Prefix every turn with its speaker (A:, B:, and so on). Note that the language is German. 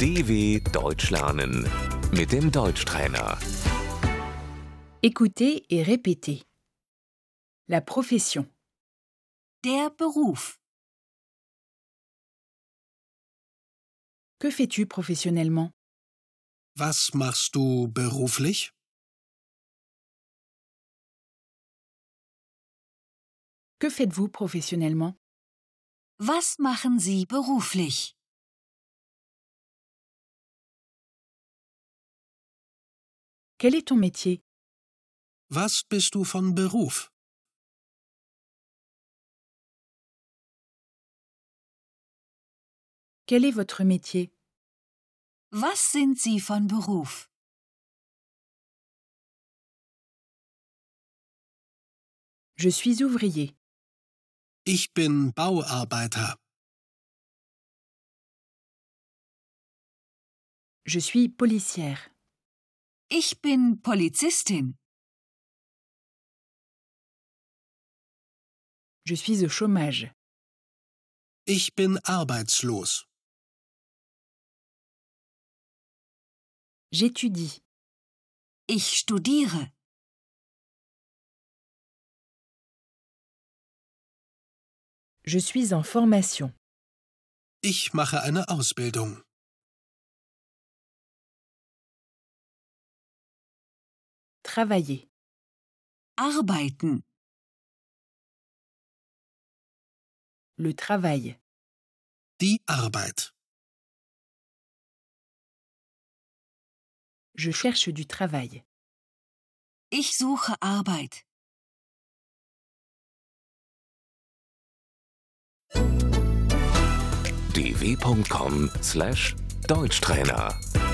A: DW Deutsch lernen mit dem Deutschtrainer.
B: Écoutez et répétez. La profession,
C: Der Beruf.
B: que fais-tu professionnellement
D: Was machst du beruflich?
B: Que faites-vous professionnellement
C: Was machen Sie beruflich?
B: Quel est ton métier
D: Was bist du von Beruf?
B: Quel est votre métier
C: Was sind Sie von Beruf?
B: Je suis ouvrier.
D: Ich bin Bauarbeiter.
B: Je suis policière.
C: Ich bin Polizistin.
B: Je suis au chômage.
D: Ich bin arbeitslos.
B: J'étudie.
C: Ich studiere.
B: Je suis en formation.
D: Ich mache eine Ausbildung.
B: Travailler.
C: Arbeiten.
B: Le travail.
D: Die Arbeit.
B: Je cherche du travail.
C: Ich suche Arbeit.
A: dw.com/deutschtrainer